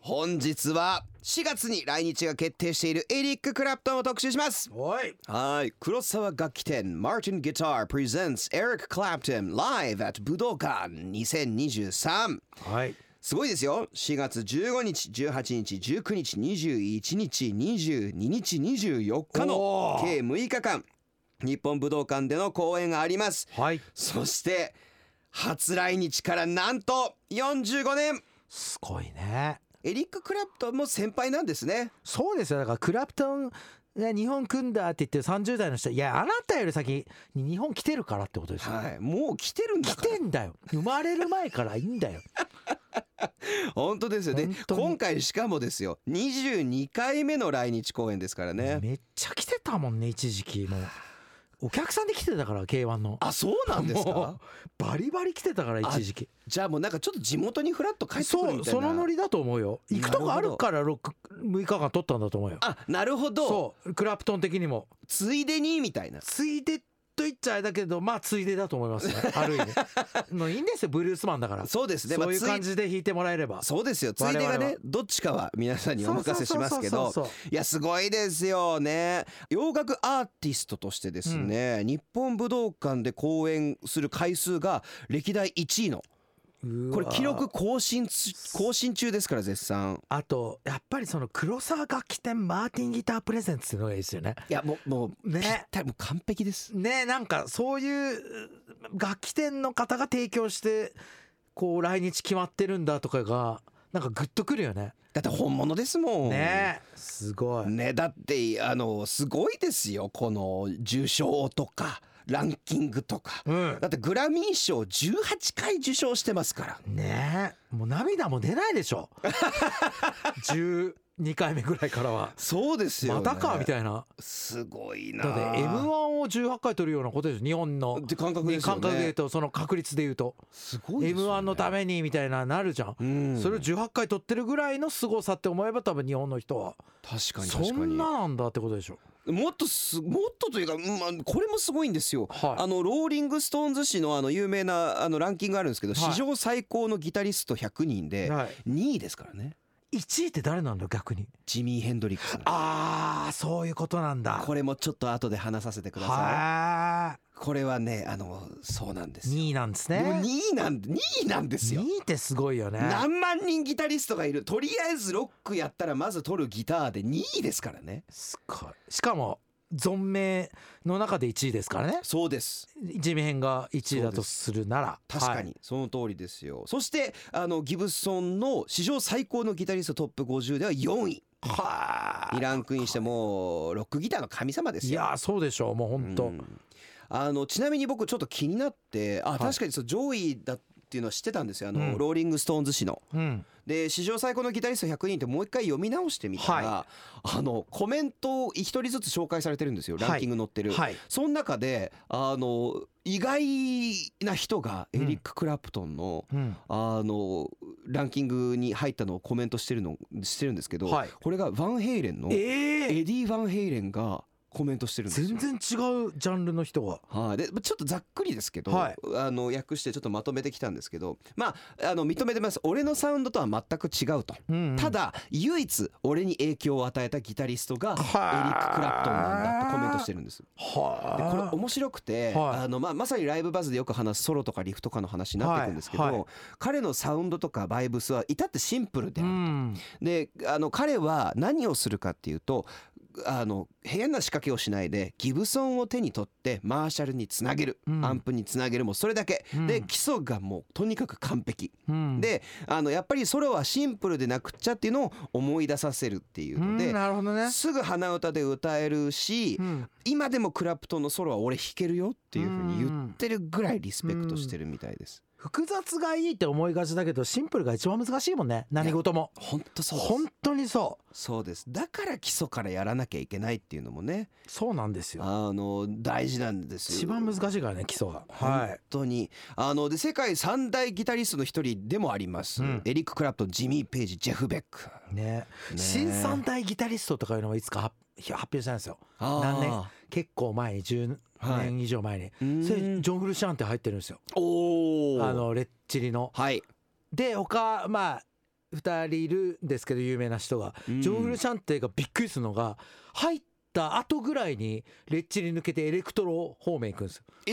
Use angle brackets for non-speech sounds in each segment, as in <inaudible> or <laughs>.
本日は4月に来日が決定しているエリック・クラプトンを特集しますおいはい黒沢楽器店 Martin Guitar Presents Eric Clapton Live at 武道館2023はいすごいですよ4月15日18日19日21日22日24日のおー計6日間日本武道館での公演がありますはいそして初来日からなんと45年すごいねエリック・クラプトンも先輩なんですねそうですよだからクラプトンね日本組んだって言ってる30代の人いやあなたより先に日本来てるからってことですよ、はいもう来てるんだ来からてんだよ生まれる前からいいん <laughs> だよ本当ですよね本当に今回しかもですよ22回目の来日公演ですからねめっちゃ来てたもんね一時期もうお客さんで来てたから K1 のあそうなんですかもうバリバリ来てたから一時期じゃあもうなんかちょっと地元にフラッと帰ってくるそみうたいなそのノリだと思うよ行くとこあるから 6, 6日間取ったんだと思うよあなるほどそうクラプトン的にもついでにみたいなついでと言っちゃあれだけどまあついでだと思いますね <laughs> ある意味のいいんですよブルースマンだからそうですねまあそういうつい感じで弾いてもらえればそうですよついでが我々ねはどっちかは皆さんにお任せしますけそどうそうそうそういやすごいですよね洋楽アーティストとしてですね、日本武道館で公演する回数が歴代1位のうわこれ記録更新つ更新中ですから絶賛あとやっぱりその黒沢楽器店マーティンギタープレゼンツっていうのがいいですよねいやもうもうねぴったりもう完璧ですねなんかそういう楽器店の方が提供してこう来日決まってるんだとかがなんかグッとくるよねだって本物ですもんねすごいねだってあのすごいですよこの受賞とかランキングとか、うんだってグラミー賞18回受賞してますからねえもう涙も出ないでし <laughs> ょ12回目ぐらいからはそうですよ、まね、たかみたいなすごいなだって m 1を18回取るようなことでしょ日本のって感覚ですよね感覚で言うとその確率で言うとすごいです m よ1ねのためにみたいななるじゃん、うんそれを18回取ってるぐらいの凄さって思えば多分日本の人は確かに確そかにんななんだってことでしょもっとすもっとというか、うんまあ、これもすごいんですよ、はいあのローリング・ストーンズ誌のあの有名なあのランキングあるんですけど、はい史上最高のギタリスト100人ではい2位ですからね1位って誰なんだよ逆にジミー・ヘンドリックスああそういうことなんだこれもちょっと後で話させてくださはいこれはねあのそうなんですよ2位なんですもうね2位なん2位なんです2よ位ってすごいよね何万人ギタリストがいるとりあえずロックやったらまず取るギターで2位ですからねすごいしかも存命の中で1位ですからねそうです地味編が1位だとするなら確かはいにその通りですよ、そしてあのギブソンの史上最高のギタリストトップ50では4位はにランクインしてもうロックギターの神様でいすいよ。やーそうでしょうもう本う当んあのちなみに僕ちょっと気になってあ、い確かにそう上位だっていうのは知ってたんですよあの、うんローリング・ストーンズ誌の。うんで史上最高のギタリスト100人ってもう一回読み直してみたら、あのコメントを一人ずつ紹介されてるんですよランキング載ってる。はいその中であの意外な人がエリック・クラプトンの、うんあのランキングに入ったのをコメントしてるのしてるんですけど、はいこれがヴァンヘイレンのエえデえィ・ヴァンヘイレンがコメントしてるんですよ全。然違うジャンルの人がはい、でちょっとざっくりですけど、はいあの訳してちょっとまとめてきたんですけど、まあ、あの認めてます俺のサウンドとは全く違うと、うんうんただ唯一俺に影響を与えたギタリストがエリック・クはあラプトンなんだってコメントしてるんです。でこれは面白くはて、いあのまあ、まさにライブバズでよく話すソロとかリフとかの話になっていくんですけど、はいはい彼のサウンドとかバイブスは至ってシンプルでああうる、んであの彼は何をするかっていうとあの変な仕掛けをしないでギブソンを手に取ってマーシャルにつなげる、うんアンプにつなげるもうそれだけ、うんで基礎がもうとにかく完璧。うんであのやっぱりソロはシンプルでなくっちゃっていうのを思い出させるっていううのんで、なるほどねすぐ鼻歌で歌えるし、うん今でもクラプトンのソロは俺弾けるよっていうふうに言ってるぐらいリスペクトしてるみたいです。複雑がいいって思いがちだけどシンプルが一番難しいもんね何事も本当そうです。本当にそそうです。だから基礎からやらなきゃいけないっていうのもね、うそうなんですよあの大事なんですよ。一番難しいからね基礎が本当にあので世界三大ギタリストの一人でもあります、うんエリック・クラプトンジミー・ペイジジェフ・ベックねね新三大ギタリストとかいうのもいつか発発表したんですよあー何年結構前に10はい年以上前に、うーんそれジョン・フルシャンって入ってるんですよおおあのレッチリのはいで他まあ2人いるんですけど有名な人が、うんジョン・フルシャンテがびっくりするのが入った後ぐらいにレッチリ抜けてエレクトロ方面行くんですよ、え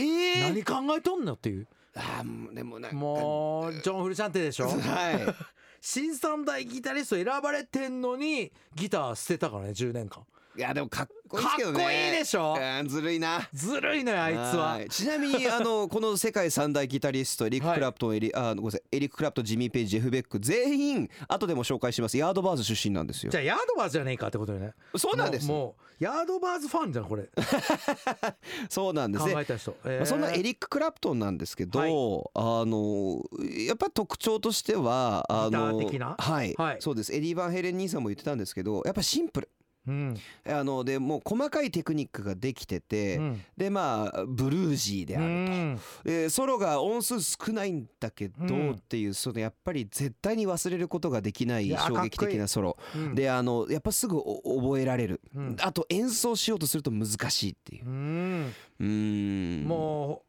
何ー考えとんのっていうあーもうでもなんかもうジョン・フルシャンテで <laughs> しょはい新三大ギタリスト選ばれてんのにギター捨てたからね10年間いやでもかっこいいですけどねかっこいいでしょうんずるいなずるいのよあいつはーちなみにあ <laughs> のこの世界三大ギタリストエリック・はいクラプトンエリあごめんなさいエリック・クラプトンジミー・ペイジジェフ・ベック全員後でも紹介しますヤードバーズ出身なんですよじゃあヤードバーズじゃねえかってことよねそうなんですもうもうヤードバーズファンじゃんこれそうなんです考ねえた人、えまあ、そんなエリリック・クラプトンなんですけど、はいあのやっぱり特徴としてはあのギター的なはい、はいそうですエリー・バンヘレン兄さんも言ってたんですけどやっぱシンプルうん、あのでもう細かいテクニックができてて、うんでまあブルージーであうると、んえーソロが音数少ないんだけどうんっていう、そのやっぱり絶対に忘れることができないいやー衝撃かっこい的いなソロうんであのやっぱすぐお覚えられる、うんあと演奏しようとすると難しいっていうう。んうーんも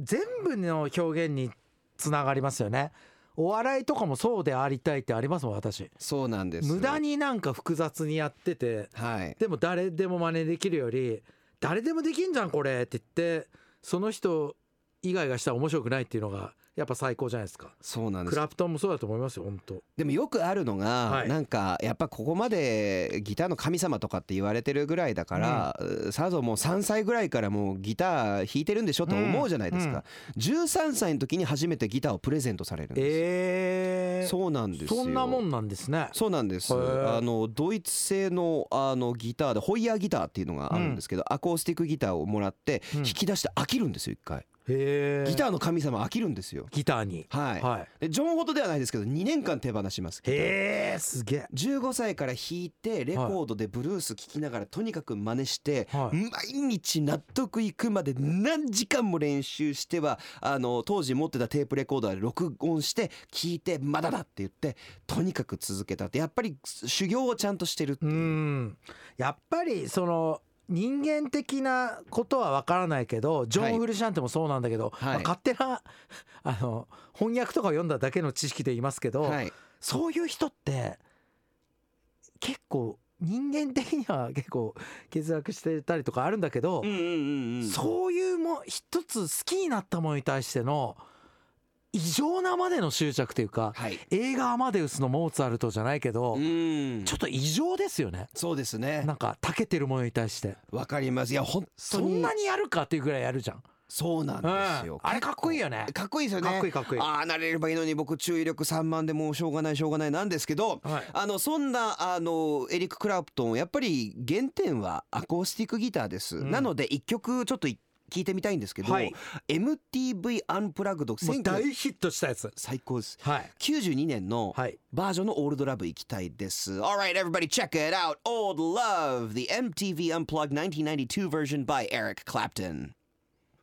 う全部の表現につながりますよねお笑いとかもそうでありたいってありますもん私そうなんです無駄にになんか複雑にやっててはいでも誰でも真似できるより誰でもできんじゃんこれって言ってその人以外がしたら面白くないっていうのがやっぱ最高じゃないですかそうなんでクすラプトンもそうだと思いますよ本当でもよくあるのが、はいなんかやっぱここまでギターの神様とかって言われてるぐらいだから、さぞもう3歳ぐらいからもうギター弾いてるんでしょと思うじゃないですか、13歳の時に初めてギターをプレゼントされるんですよええそうなんですよそんなもんなんですねそうなんですへーあのドイツ製のあのギターでホイヤーギターっていうのがあるんですけど、アコースティックギターをもらってうん弾き出して飽きるんですよ一回、へえギターの神様飽きるんですよギターにはい、はいでジョンほどではないですけど2年間手放しますへえすげえ15歳から弾いてレコードでブルース聴きながらとにかく真似して、はい毎日納得いくまで何時間も練習してはあの当時持ってたテープレコーダーで録音して聴いてまだだって言ってとにかく続けたってやっぱり修行をちゃんとしてるってういうんやっぱりその人間的なことは分からないけどジョン・フルシャンテもそうなんだけど、はいまあ勝手なあの翻訳とかを読んだだけの知識で言いますけど、はい、そういう人って結構人間的には結構欠落してたりとかあるんだけど、うんうんうんうんそういうも一つ好きになったものに対しての異常なまでの執着というかはい映画「アマデウス」のモーツァルトじゃないけど、うんちょっと異常ですよね。そうですねなんかたけてるものに対してわかりますいや本当そにんなにやるかっていうぐらいやるじゃん、そうなんうですんよ、あれかっこいいよねかっこいいですよねかっこいいかっこいいああなれればいいのに僕注意力散漫でもうしょうがないしょうがないなんですけど、はいあのそんなあのエリック・クラプトンやっぱり原点はアコースティックギターです、うんなので一曲ちょっとい聞いてみたいんですけど、はい MTV アンプラグドもう1900大ヒットしたやつ最高ですはい92年のはいバージョンのオールドラブ行きたいです。Alright, everybody, check it out! Old Love! The MTV Unplugged 1992 version by Eric Clapton.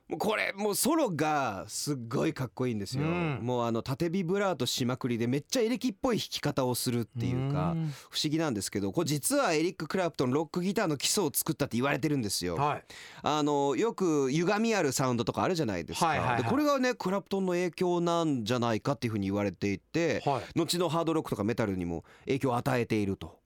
もうこれもうソロがすっごいかっこいいんですよ、うんもうあの縦ビブラートしまくりでめっちゃエレキっぽい弾き方をするっていうかうん不思議なんですけどこれ実はエリック・クラプトンロックギターの基礎を作ったって言われてるんですよ、はいあのよく歪みあるサウンドとかあるじゃないですか、はいはいはいでこれがねクラプトンの影響なんじゃないかっていうふうに言われていて、はい後のハードロックとかメタルにも影響を与えていると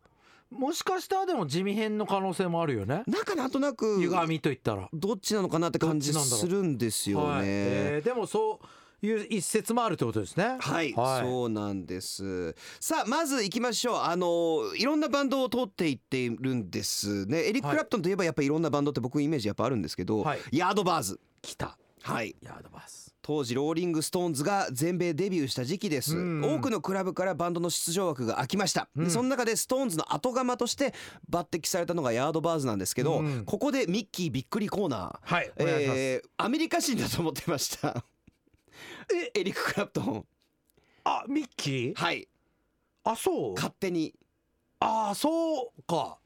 もしかしたらでも地味編の可能性もあるよねなんかなんとなく歪みといったらどっちなのかなって感じどっちなんだろうするんですよね、はいえーでもそういう一節もあるってことですねはい、そうなんですさあまず行きましょうあのいろんなバンドを通っていっているんですねエリック・はいクラプトンといえばやっぱりいろんなバンドって僕イメージやっぱあるんですけど、はいヤードバーズ来たはいヤードバース当時ローリング・ストーンズが全米デビューした時期です、うん多くのクラブからバンドの出場枠が空きました、でその中でストーンズの後釜として抜擢されたのがヤードバーズなんですけど、うんここでミッキーびっくりコーナーはいお願いします、えーアメリカ人だと思ってましたえエリック・クラプトンあミッキーはいあそう勝手にああそうか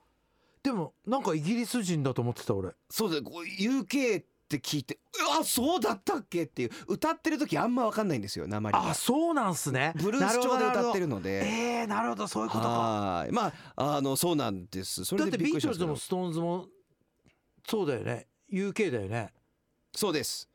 でもなんかイギリス人だと思ってた俺そうだこう UK って聞いてあそうだったっけっていう歌ってる時あんま分かんないんですよ鉛があそうなんすねブルース調で歌ってるののでえー、なるほどそういうことかはいまああのそうなんですそだれってでびっビくーりしトまルしズたけどもストーンズもそうだよね UK だよねそうです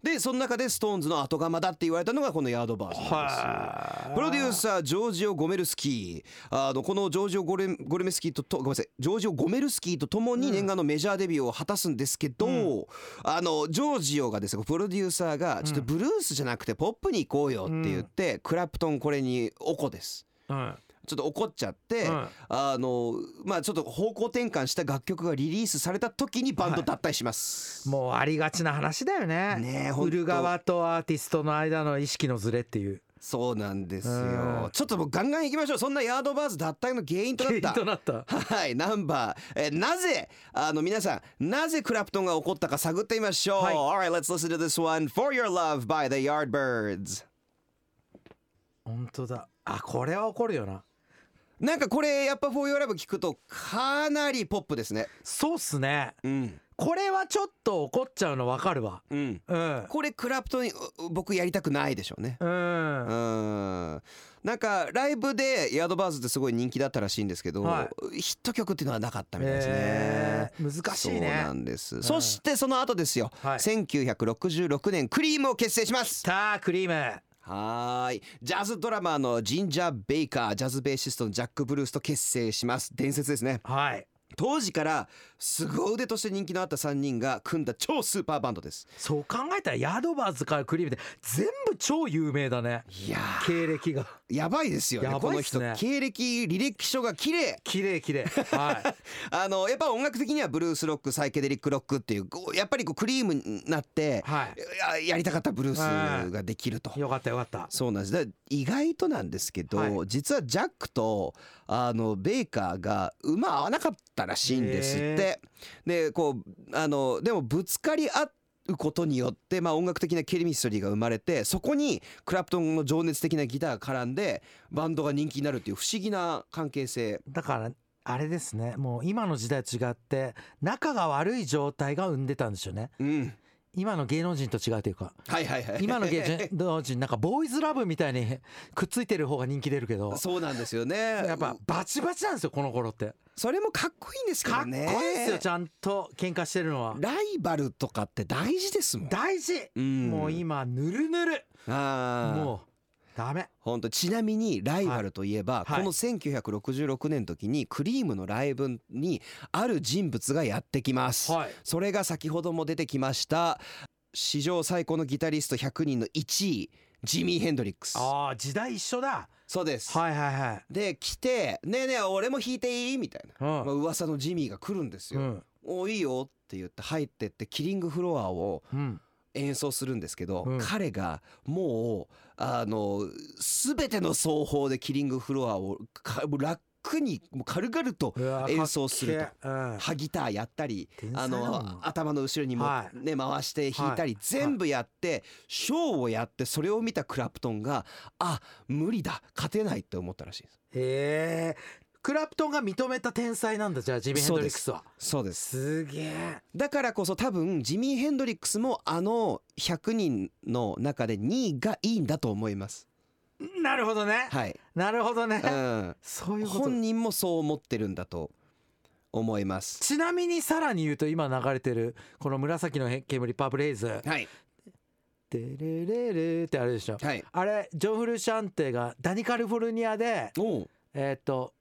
でその中でストーンズの後釜だって言われたのがこのヤードバースなんですはプロデューサージョージオ・ゴメルスキーあのこのジョージオゴレン・ゴレメスキーととごめんなさいジョージオ・ゴメルスキーとともに念願のメジャーデビューを果たすんですけど、あのジョージオがですねプロデューサーがちょっとブルースじゃなくてポップに行こうよって言って、クラプトンこれにおこです。うんちょっと怒っちゃって、うんあのまあちょっと方向転換した楽曲がリリースされた時にバンド脱退します。もうありがちな話だよねねえほんと売る側とアーティストの間の意識のズレっていうそうなんですうよん。ちょっともうガンガン行きましょう。そんなヤードバーズ脱退の原因となったと。なったはい、ナンバー、えーなぜあの皆さんなぜクラプトンが起こったか探ってみましょう。はい Alright, let's listen to this one for your love by the Yardbirds。本当だあこれは怒るよななんかこれやっぱ For Your Love 聞くとかなりポップですね。そうっすねうん、これはちょっと怒っちゃうのわかるわうん。うんこれクラプトンう僕やりたくないでしょうね。うんう、んなんかライブでヤードバーズってすごい人気だったらしいんですけど、はヒット曲っていうのはなかったみたいですね。えー難しいねそうなんです。そしてその後ですよ。はい1966年クリームを結成します。タークリームはーい。ジャズドラマーのジンジャー・ベイカー、ジャズベーシストのジャック・ブルースと結成します。伝説ですね。はい当時から凄腕として人気のあった3人が組んだ超スーパーバンドです。そう考えたらヤドバーズからクリームって全部超有名だねいやー経歴がやばいですよねやこばいのっす人ね経歴履歴書が綺麗綺麗綺麗はあのやっぱ音楽的にはブルースロックサイケデリックロックっていうこうやっぱりこうクリームになってい、はややりたかったブルースができるとい。よかったよかったそうなんですだから意外となんですけど、はい実はジャックとあのベイカーが馬合わなかったらしいんですって。でこうあのでもぶつかり合うことによって、まあ、音楽的なケミストリーが生まれてそこにクラプトンの情熱的なギターが絡んでバンドが人気になるっていう不思議な関係性だからあれですねもう今の時代と違って仲が悪い状態が生んでたんですよねうん今の芸能人と違うという <laughs> かはいはいはい今の芸能人なんかボーイズラブみたいにくっついてる方が人気出るけどそうなんですよねやっぱバチバチなんですよこの頃ってそれもかっこいいんですけかっこいどいねですよちゃんと喧嘩してるのはライバルとかって大事ですもん大事うんもう今ぬるぬるあーもうダメ本当ちなみにライバルといえば、はいこの1966年の時にクリームのライブにある人物がやってきます、はいそれが先ほども出てきました史上最高のギタリスト100人の1位ジミー・ヘンドリックスああ時代一緒だそうです、はいはいはいで来て「ねえねえ俺も弾いていい?」みたいな、うんまあ、噂のジミーが来るんですうよ、んおいいよって言って入ってってキリングフロアをうん演奏するんですけど、うん彼がもうあの全ての奏法でキリングフロアをかもう楽にもう軽々とうわー演奏するとかっけーうん歯ギターやったり天あ才だもんのな頭の後ろにも、はいね、回して弾いたり、はい全部やって、ショーをやってそれを見たクラプトンがあ無理だ勝てないって思ったらしいです。へえクラプトンが認めた天才なんだじゃあジミー・ヘンドリックスはそうですすげえだからこそ多分ジミー・ヘンドリックスもあの100人の中で2位がいいんだと思います。なるほどね、はい、なるほどね、うんそういうこと本人もそう思ってるんだと思います。ちなみにさらに言うと今流れてるこの紫の煙パブレイズはい、 「テレレレ」ってあれでしょはい、あれジョン・フルシャンテがダニカルフォルニアでおうえーっと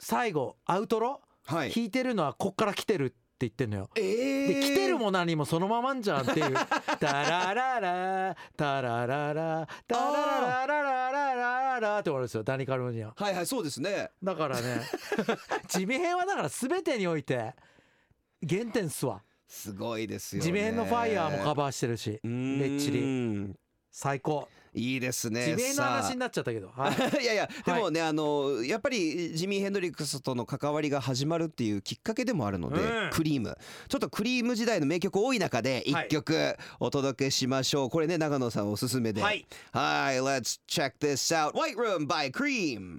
最後アウトロはい。弾いてるのはこっから来てるって言ってんのよえで来てるん。も何もそのままんじゃん <laughs> っていう「タラララタラララタララララララララ」って終わるんですよダニカルフォルニアはいはい、そうですね。だからね <laughs> 地味編はだから全てにおいて原点っすわすごいですよ、ね。地面のファイヤーもカババーしてるし、レーッチリ。リ。最高。いいです地ね。面の話にななっちゃったけど。はい <laughs> いやいやでもね、あのやっぱりジミー・ヘンドリックスとの関わりが始まるっていうきっかけでもあるので、うんクリームちょっとクリーム時代の名曲多い中ではい1曲お届けしましょう、これね長野さんおすすめではい Hi, let's check this out. White Room by Cream.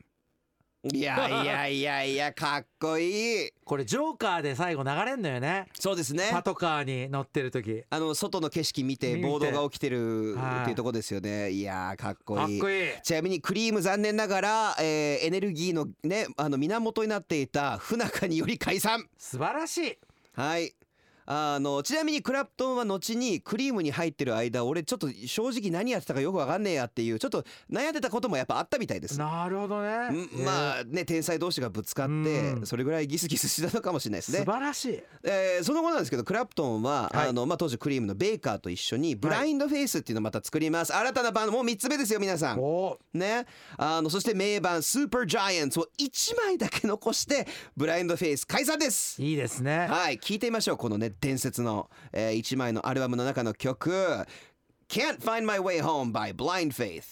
いやいやいや <laughs> いや、かっこいい。これジョーカーで最後流れんのよね。そうですねパ。トカーに乗ってる時。あの外の景色見見てて暴動が起きてるはいっていうとこですよね。いやーかっこかっいい。こいい。ちなみにクリーム残念ながら、えーエネルギーのねあの源になっていた不仲により解散。素晴らしい。はい。あのちなみにクラプトンは後にクリームに入ってる間俺ちょっと正直何やってたかよくわかんねえやっていうちょっと悩んでたこともやっぱあったみたいです。なるほどねんまあね天才同士がぶつかってうんそれぐらいギスギスしたのかもしれないですね素。晴らしいえーその後なんですけどクラプトンは、はいあのまあ、当時クリームのベイカーと一緒にブラインドフェイスっていうのをまた作ります、新たなバンドもう3つ目ですよ皆さん。おーね、あのそして名盤「スーパージャイアンツ」を1枚だけ残してブラインドフェイス解散ですいいですねはい聞いてみましょうこのね伝説の、え1枚のアルバムの中の曲「Can't Find My Way Home by Blind Faith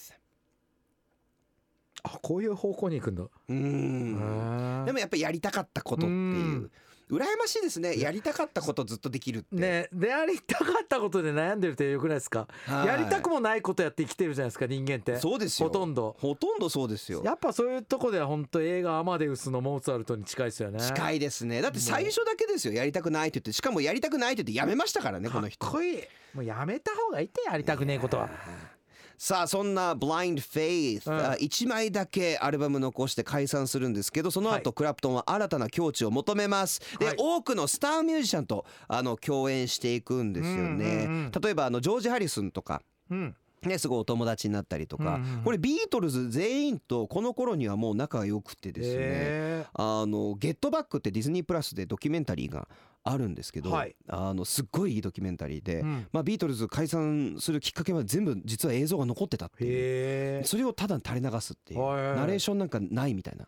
あこういう方向に行くんだ」うーんへーでもやっぱりやりたかったことっていうう羨ましいですねやりたかったことずっとできるって、ねでやりたかったことで悩んでるってよくないですかはいやりたくもないことやって生きてるじゃないですか人間ってそうですよほとんどほとんどそうですよやっぱそういうとこでは本当映画「アマデウス」のモーツァルトに近いですよね近いですねだって最初だけですよやりたくないって言ってしかもやりたくないって言ってやめましたからねこの人かっこいいもうやめた方がいいってやりたくねえことはさあそんな Blind Faith、うんあ1枚だけアルバム残して解散するんですけどその後、はいクラプトンは新たな境地を求めますで、はい多くのスターミュージシャンとあの共演していくんですよね、うんうんうん例えばあのジョージ・ハリスンとかうんね、すごいお友達になったりとか、うんうんこれビートルズ全員とこの頃にはもう仲が良くてですね、えあの「ゲットバック」ってディズニープラスでドキュメンタリーがあるんですけど、はいあのすっごいいいドキュメンタリーで、ーうんまあ、ビートルズ解散するきっかけは全部実は映像が残ってたっていうへえそれをただ垂れ流すっていうはいはいはいナレーションなんかないみたいな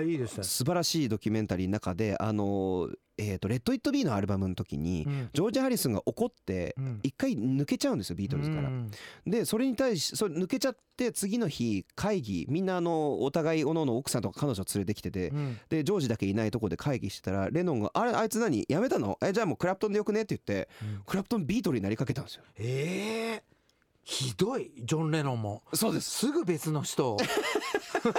へえいいですね素晴らしいドキュメンタリーの中で「あのえー、とレッド・イット・ビー」のアルバムの時にうんジョージ・ハリスンが怒ってうん一回抜けちゃうんですよビートルズからう。んでそれに対しそれ抜けちゃって次の日会議みんなあのお互いおのの奥さんとか彼女を連れてきててうんでジョージだけいないとこで会議してたらレノンが「あれあいつ何やめたのえじゃあもうクラプトンでよくね」って言ってうんクラプトンビートルになりかけたんですよ。ええひどいジョン・レノンもそうですぐ別の人を <laughs>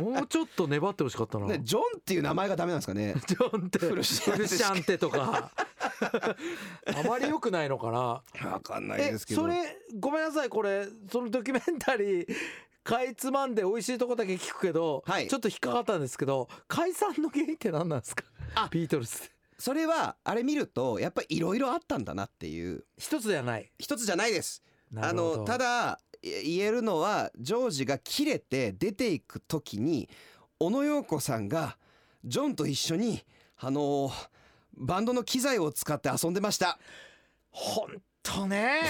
もうちょっと粘ってほしかったなね、ジョンっていう名前がダメなんですかね <laughs> ジョンってフフルルシシャャンテンテと <laughs> かあまり良くないのかなわかんなえそれごめんなさいこれそのドキュメンタリー <laughs> かいつまんで美味しいとこだけ聞くけど、はいちょっと引っかかったんですけど解散の原因って何なんですかあビートルズそれはあれ見るとやっぱりいろいろあったんだなっていう一つではない一つじゃないですなあるほどのただい言えるのはジョージが切れて出ていく時に小野洋子さんがジョンと一緒にあのバンドの機材を使って遊んでましたほんと <laughs> ね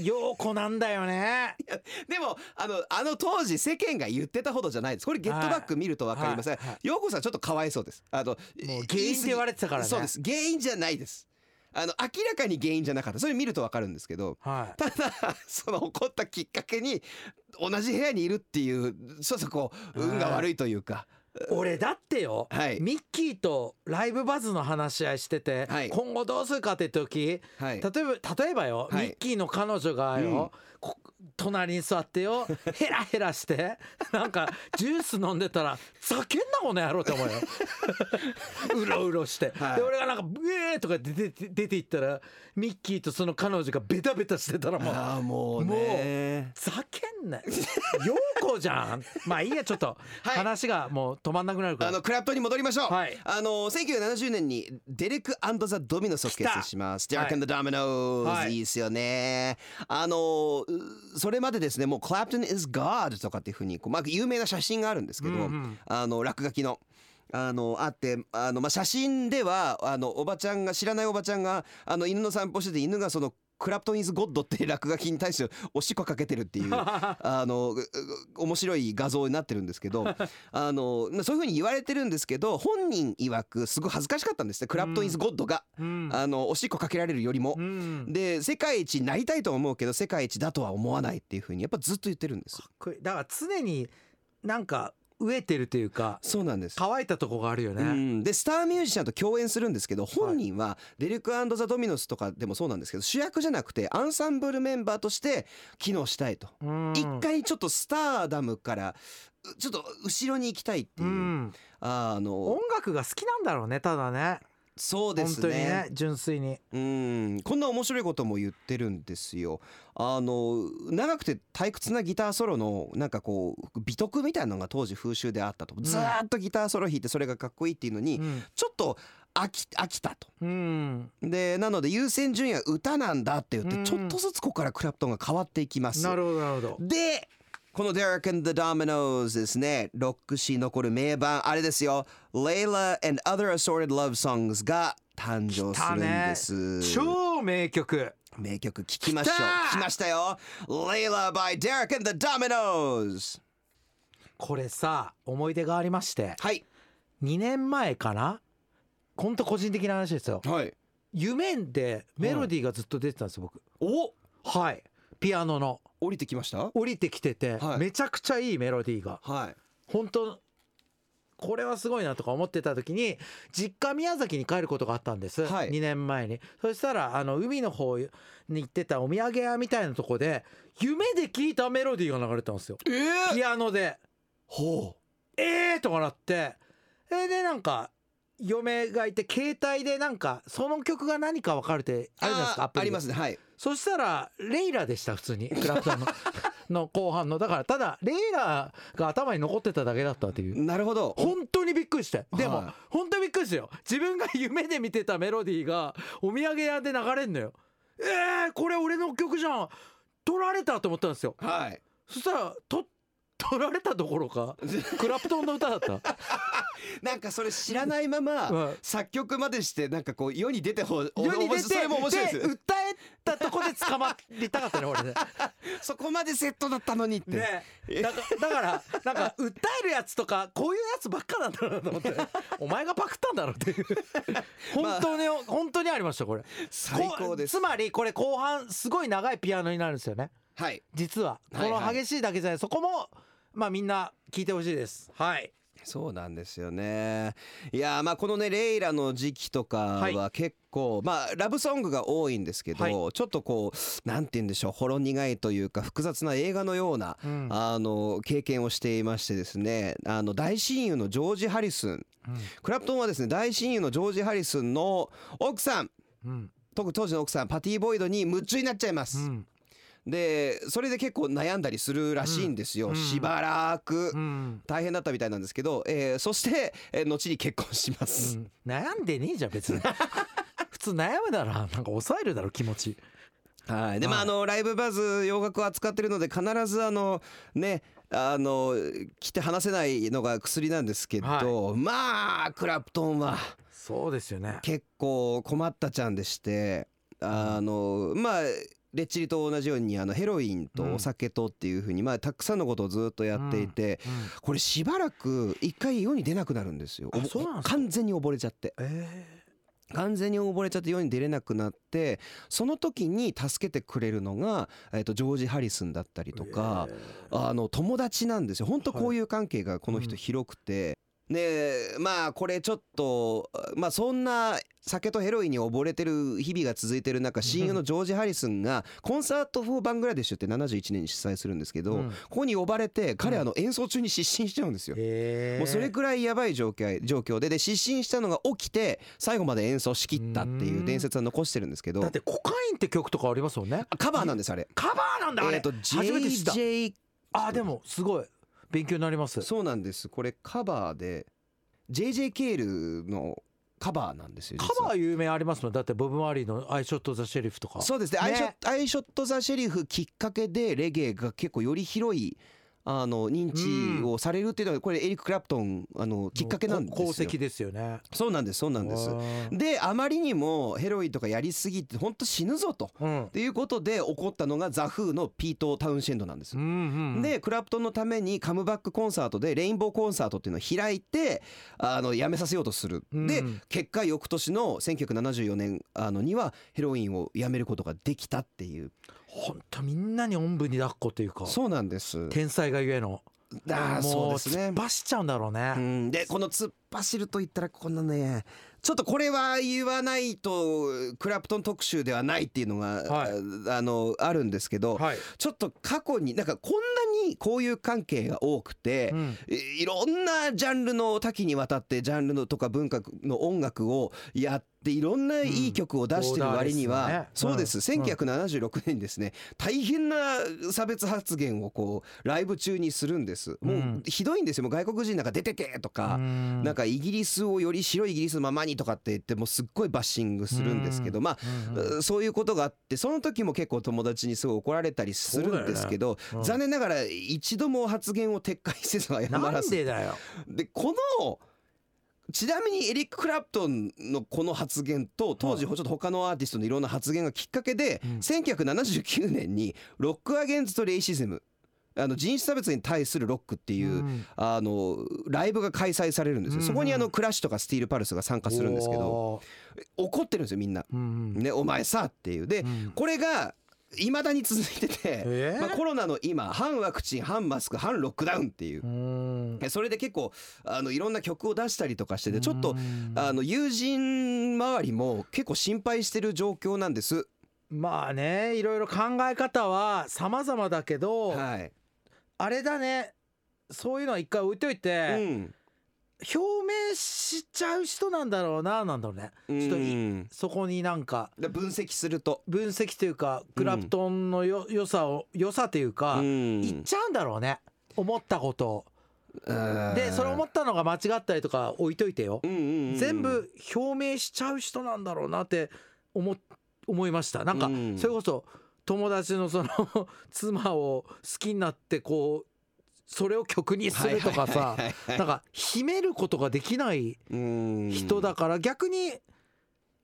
陽子なんだよねでもあのあの当時世間が言ってたほどじゃないですこれゲットバック見ると分かりませんはいはい洋子さんちょっとかわいそうですあのもう原言い因っ過てぎ言われてたからねそうです原因じゃないですあの明らかに原因じゃなかったそれ見ると分かるんですけどはいただ <laughs> その起こったきっかけに同じ部屋にいるっていうちょっとこう運が悪いというか俺だってよ、はいミッキーとライブバズの話し合いしてて、はい今後どうするかって時、はい例えば例えばよ、はいミッキーの彼女がよ、こ隣に座って <laughs> よヘラヘラしてなんかジュース飲んでたら「ざけんなこの野郎」って <laughs> 思うようろうろして、はいで俺がなんか「うえー!」とか出て出て行ったらミッキーとその彼女がベタベタしてたらもうああもうねざけんなよ陽子じゃんまあいいやちょっと、はい話がもう止まんなくなるかあらのクラプトンに戻りましょう、はいあの1970年にデレクザ・ドミノスを結成しますデレたクザ・ドミノス、、はいいいですよねあのうそれまでですねもうクラプトン is God とかっていうふうにこう、まあ、有名な写真があるんですけど、うんうんあの落書きの。あのあってあの、まあ、写真ではあのおばちゃんが知らないおばちゃんがあの犬の散歩してて犬がそのクラプトン・イズ・ゴッドっていう落書きに対しておしっこかけてるっ <laughs> ていうあのうう面白い画像になってるんですけ <laughs> どあのまあそういうふうに言われてるんですけど本人曰くすごい恥ずかしかったんですねクラプトン・イズ・ゴッドが、うんあのおしっこかけられるよりも。うんで世界一になりたいとは思うけど世界一だとは思わないっていうふうにやっぱずっと言ってるんですよ。これだから常になんか飢えてるというかそうなんです乾いたとこがあるよね、うん、でスターミュージシャンと共演するんですけど本人はデルクザ・ドミノスとかでもそうなんですけど主役じゃなくてアンサンブルメンバーとして機能したいと、うん一回ちょっとスターダムからうちょっと後ろに行きたいっていうう、ん、あの音楽が好きなんだろうねただねそうで本す当にねね純粋にうんこんな面白いことも言ってるんですよあの長くて退屈なギターソロのなんかこう美徳みたいなのが当時風習であったとずーっとギターソロ弾いてそれがかっこいいっていうのに、うんちょっと飽き飽きたとうんでなので優先順位は歌なんだって言って、うんちょっとずつここからクラプトンが変わっていきますなるほどなるほどでこの Derek and the Dominoes ですねロック史に残る名盤あれですよ「Layla and Other Assorted Love Songs」が誕生するんです、超名曲名曲聞きましょう来た聞きましたよ「Layla by Derek and the Dominoes これさ思い出がありまして」はい2年前かなほんと個人的な話ですよはい夢でメロディーがずっと出てたんですよ僕おはいピアノの降りてきました降りてきててはいめちゃくちゃいいメロディーがはい本当これはすごいなとか思ってた時に実家宮崎に帰ることがあったんです、はい2年前にそしたらあの海の方に行ってたお土産屋みたいなとこで夢で聞いたメロディーが流れてたんですよえー、ピアノでほえーとかなってえーでなんか嫁がいて携帯でなんかその曲が何か分かるってうあるじゃないですかアプリでありますねはいそしたらレイラでした普 <laughs> 通にクラプトンの <laughs> の後半のだからただレイラが頭に残ってただけだったというなるほど本当にびっくりしてでも、はい本当にびっくりしてよ自分が夢で見てたメロディーがお土産屋で流れんのよえー、これ俺の曲じゃん取られたと思ったんですよはいそしたらと取られたどころ <laughs> かクラプトンの歌だったなんかそれ知らないま <laughs> ま、うん作曲までしてなんかこう世に出てほお世に出面白ていそれも面白いですで訴えたとこで捕まりたかったね俺ねそこまでセットだったのにって、ねえだからだからなんか訴えるやつとかこういうやつばっかなんだろうなと思ってお前がパクったんだろうっていう本当に、本当にありましたこれ最高ですこうつまりこれ後半すごい長いピアノになるんですよねはい実はこはいのはい激しいだけじゃない、そこもまあみんな聞いてほしいですはいそうなんですよねいやーまあこのねレイラの時期とかはは結構、まあラブソングが多いんですけど、はいちょっとこうなんて言うんでしょうほろ苦いというか複雑な映画のような、うんあの経験をしていましてですねあの大親友のジョージ・ハリスンクラプトンはですね大親友のジョージ・ハリスンの奥さんうん特に当時の奥さんパティ・ボイドに夢中になっちゃいます、うんでそれで結構悩んだりするらしいんですよ、うんしばらく、うん大変だったみたいなんですけど、えーそして、えー後に結婚しまうす、ん悩んでねえじゃん別に <laughs> 普通悩むならなんか抑えるだろ気持ちはいでまああのライブバズ洋楽を扱ってるので必ずあのねあの来て話せないのが薬なんですけど、はまあクラプトンはそうですよね結構困ったちゃんでしてあのまあレッチリと同じようにあのヘロインとお酒とっていうふうに、まあ、たくさんのことをずっとやっていて、うんこれしばらく一回世に出なくなるんですよあそうなんですか完全に溺れちゃってえ完全に溺れちゃって世に出れなくなってその時に助けてくれるのが、えっとジョージ・ハリスンだったりえとか、あの友達なんですよ本当はいこういう関係がこのうん人広くて。でまあこれちょっとまあそんな酒とヘロインに溺れてる日々が続いてる中親友のジョージ・ハリスンがコンサート・フォー・バングラデシュって71年に主催するんですけど、うんここに呼ばれて彼うんあの演奏中に失神しちゃうんですよ。ええもうそれくらいやばい状況状況でで失神したのが起きて最後まで演奏しきったっていう伝説は残してるんですけどだってコカインって曲とかありますよねあカバーなんですあれ。カバーなんだあれ、えーと初めて知った JJ あでもすごい勉強になりますそうなんですこれカバーで JJ ケールのカバーなんですよカ実はバー有名ありますもんだってボブ・マーリーの「アイショット・ザ・シェリフ」とかそうですねねアイショットアイショット・ザ・シェリフきっかけでレゲエが結構より広いあの認知をされるっていうのがこれエリック・クラプトンあのきっかけなんですよ功績ですよねそうなんですそうなんですわーであまりにもヘロインとかやりすぎて本当死ぬぞとうんっていうことで起こったのがザ・フーのピート・タウンシェンドなんですう。んうんでクラプトンのためにカムバックコンサートでレインボーコンサートっていうのを開いてあのやめさせようとする、うんで結果翌年の1974年あのにはヘロインをやめることができたっていうほんとみんなにおんぶに抱っこというかそうなんです天才がゆえのあーそうもうですね突っ走っちゃうんだろううね、ん、でこの突っ走ると言ったらこんなねちょっとこれは言わないとクラプトン特集ではないっていうのが、はいあのあるんですけど、はい、ちょっと過去になんかこんなに交友関係が多くて、うんいいろんなジャンルの多岐にわたってジャンルのとか文化の音楽をやっでいろんないい曲を出してる割には、うんオーダーですねそうです、1976年ですね大変な差別発言をこうライブ中にするんですもう、うんひどいんですよもう外国人なんか出てけとか、ななんかイギリスをより白いイギリスのままにとかって言ってもうすっごいバッシングするんですけうど、んまあうんうんそういうことがあってその時も結構友達にすごい怒られたりするんですけど、そうだよねうん残念ながら一度も発言を撤回せず謝ならんずでだよでこのちなみにエリック・クラプトンのこの発言と当時ちょっと他のアーティストのいろんな発言がきっかけで、うん1979年に「ロック・アゲンズとレイシズム」あの人種差別に対するロックっていう、うんあのライブが開催されるんですよ、うんうんそこにあのクラッシュとかスティール・パルスが参加するんですけどおー怒ってるんですよみんな。うんうんね、お前さっていうで、うんこれがいまだに続いてて、えーまあ、コロナの今反ワクチン反マスク反ロックダウンっていうう、んそれで結構あのいろんな曲を出したりとかしててちょっとうんあの友人周りも結構心配してる状況なんです。まあねいろいろ考え方は様々だけど、はいあれだねそういうのは一回置いといて、ん表明しちゃう人なんだろうななんだろうねちょっというんそこになんかで分析すると。分析というかクラプトンのよ、良さを良さというか、言っちゃうんだろうね思ったことを。でそれ思っったのが間違ったりとか置いといてよ、て全部表明しちゃう人なんだろうなって思っ思いましたなんかうんそれこそ友達のその <laughs> 妻を好きになってこうそれを曲にするとかさ <laughs> なんか秘めることができない人人だから逆に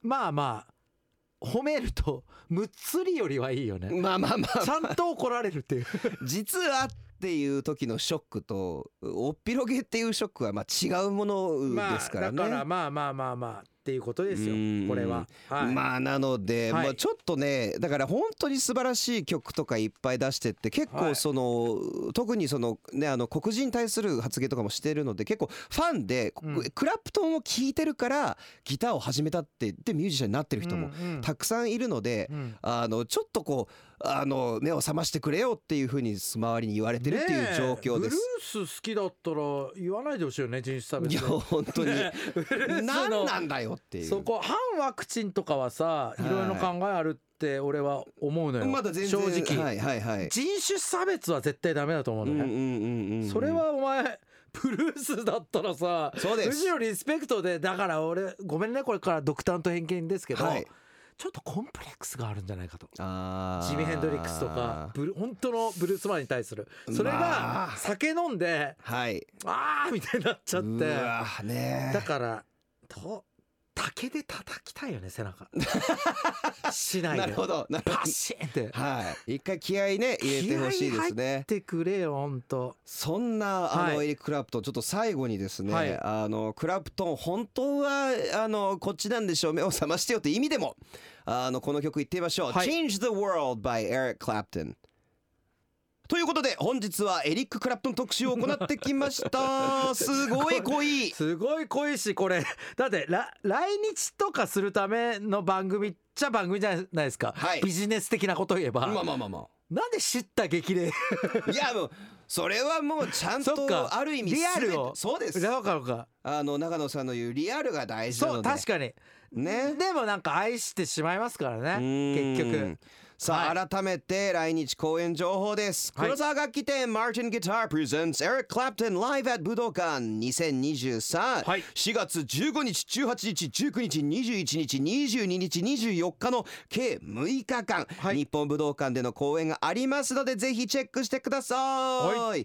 まあまあ褒めると <laughs> むっつりよりはいいよねまあまあま <laughs> あちゃんと怒られるって <laughs> いう実はっていう時のショックとおっぴろげっていうショックはまあ違うものですからね。まあだからまあまあまあまあっていうことですようんこれは、はいまあなので、はいまあちょっとねだから本当に素晴らしい曲とかいっぱい出してって結は構いその、特にそのねあの黒人に対する発言とかもしてるので結構ファンで、こうんクラプトンを聴いてるからギターを始めたってでミュージシャンになってる人もうんうんたくさんいるので、うんあのちょっとこうあの目を覚ましてくれよっていうふうに周りに言われてるっていう状況です。ねえブルース好きだったら言わないでほしいよね人種差い別や本 <laughs> 当にねえブルースの何なんだよっていうそこ反ワクチンとかはさいいろいろ考えあるって俺は思うのよ、まだ全然正直、はいはいはい人種差別は絶対ダメだと思ううのんうんね、うんうんそれはお前ブルースだったらさそうですむしろリスペクトでだから俺ごめんねこれから独断と偏見ですけど、はいちょっとコンプレックスがあるんじゃないかとあージミヘンドリックスとかブル本当のブルースマンに対するそれまがあ酒飲んではいあーみたいになっちゃっうてわねだからと竹で叩きたいよね背 <laughs> 中しないでなるほどなるほパシーンってどはい一回気合いね入れてほしいです気合入っねてくれよほんとそんなあのはいエリック・クラプトンちょっと最後にですね、はいあのクラプトン本当はあのこっちなんでしょう目を覚ましてよって意味でもあのこの曲言ってみましょう、はい Change the World by Eric Clapton ということで本日はエリック・クラプトン特集を行ってきまし <laughs> たすごい濃いすごい濃いしこれだってら来日とかするための番組っちゃ番組じゃないですか、はいビジネス的なことを言えば、まあまあまあまなんで知った激励あいやもうそれはもうちゃんそっかとある意味リアルを全てそうですわかるかあの長野さんの言うリアルが大事なのそでう確かにねでもなんか愛してしまいますからね結う局んさあ、は改めて来日公演情報です、はい黒沢楽器店 Martin Guitar Presents Eric Clapton Live at 武道館2023、はい4月15日18日19日21日22日24日の計6日間、はい日本武道館での公演がありますのでぜひチェックしてください、は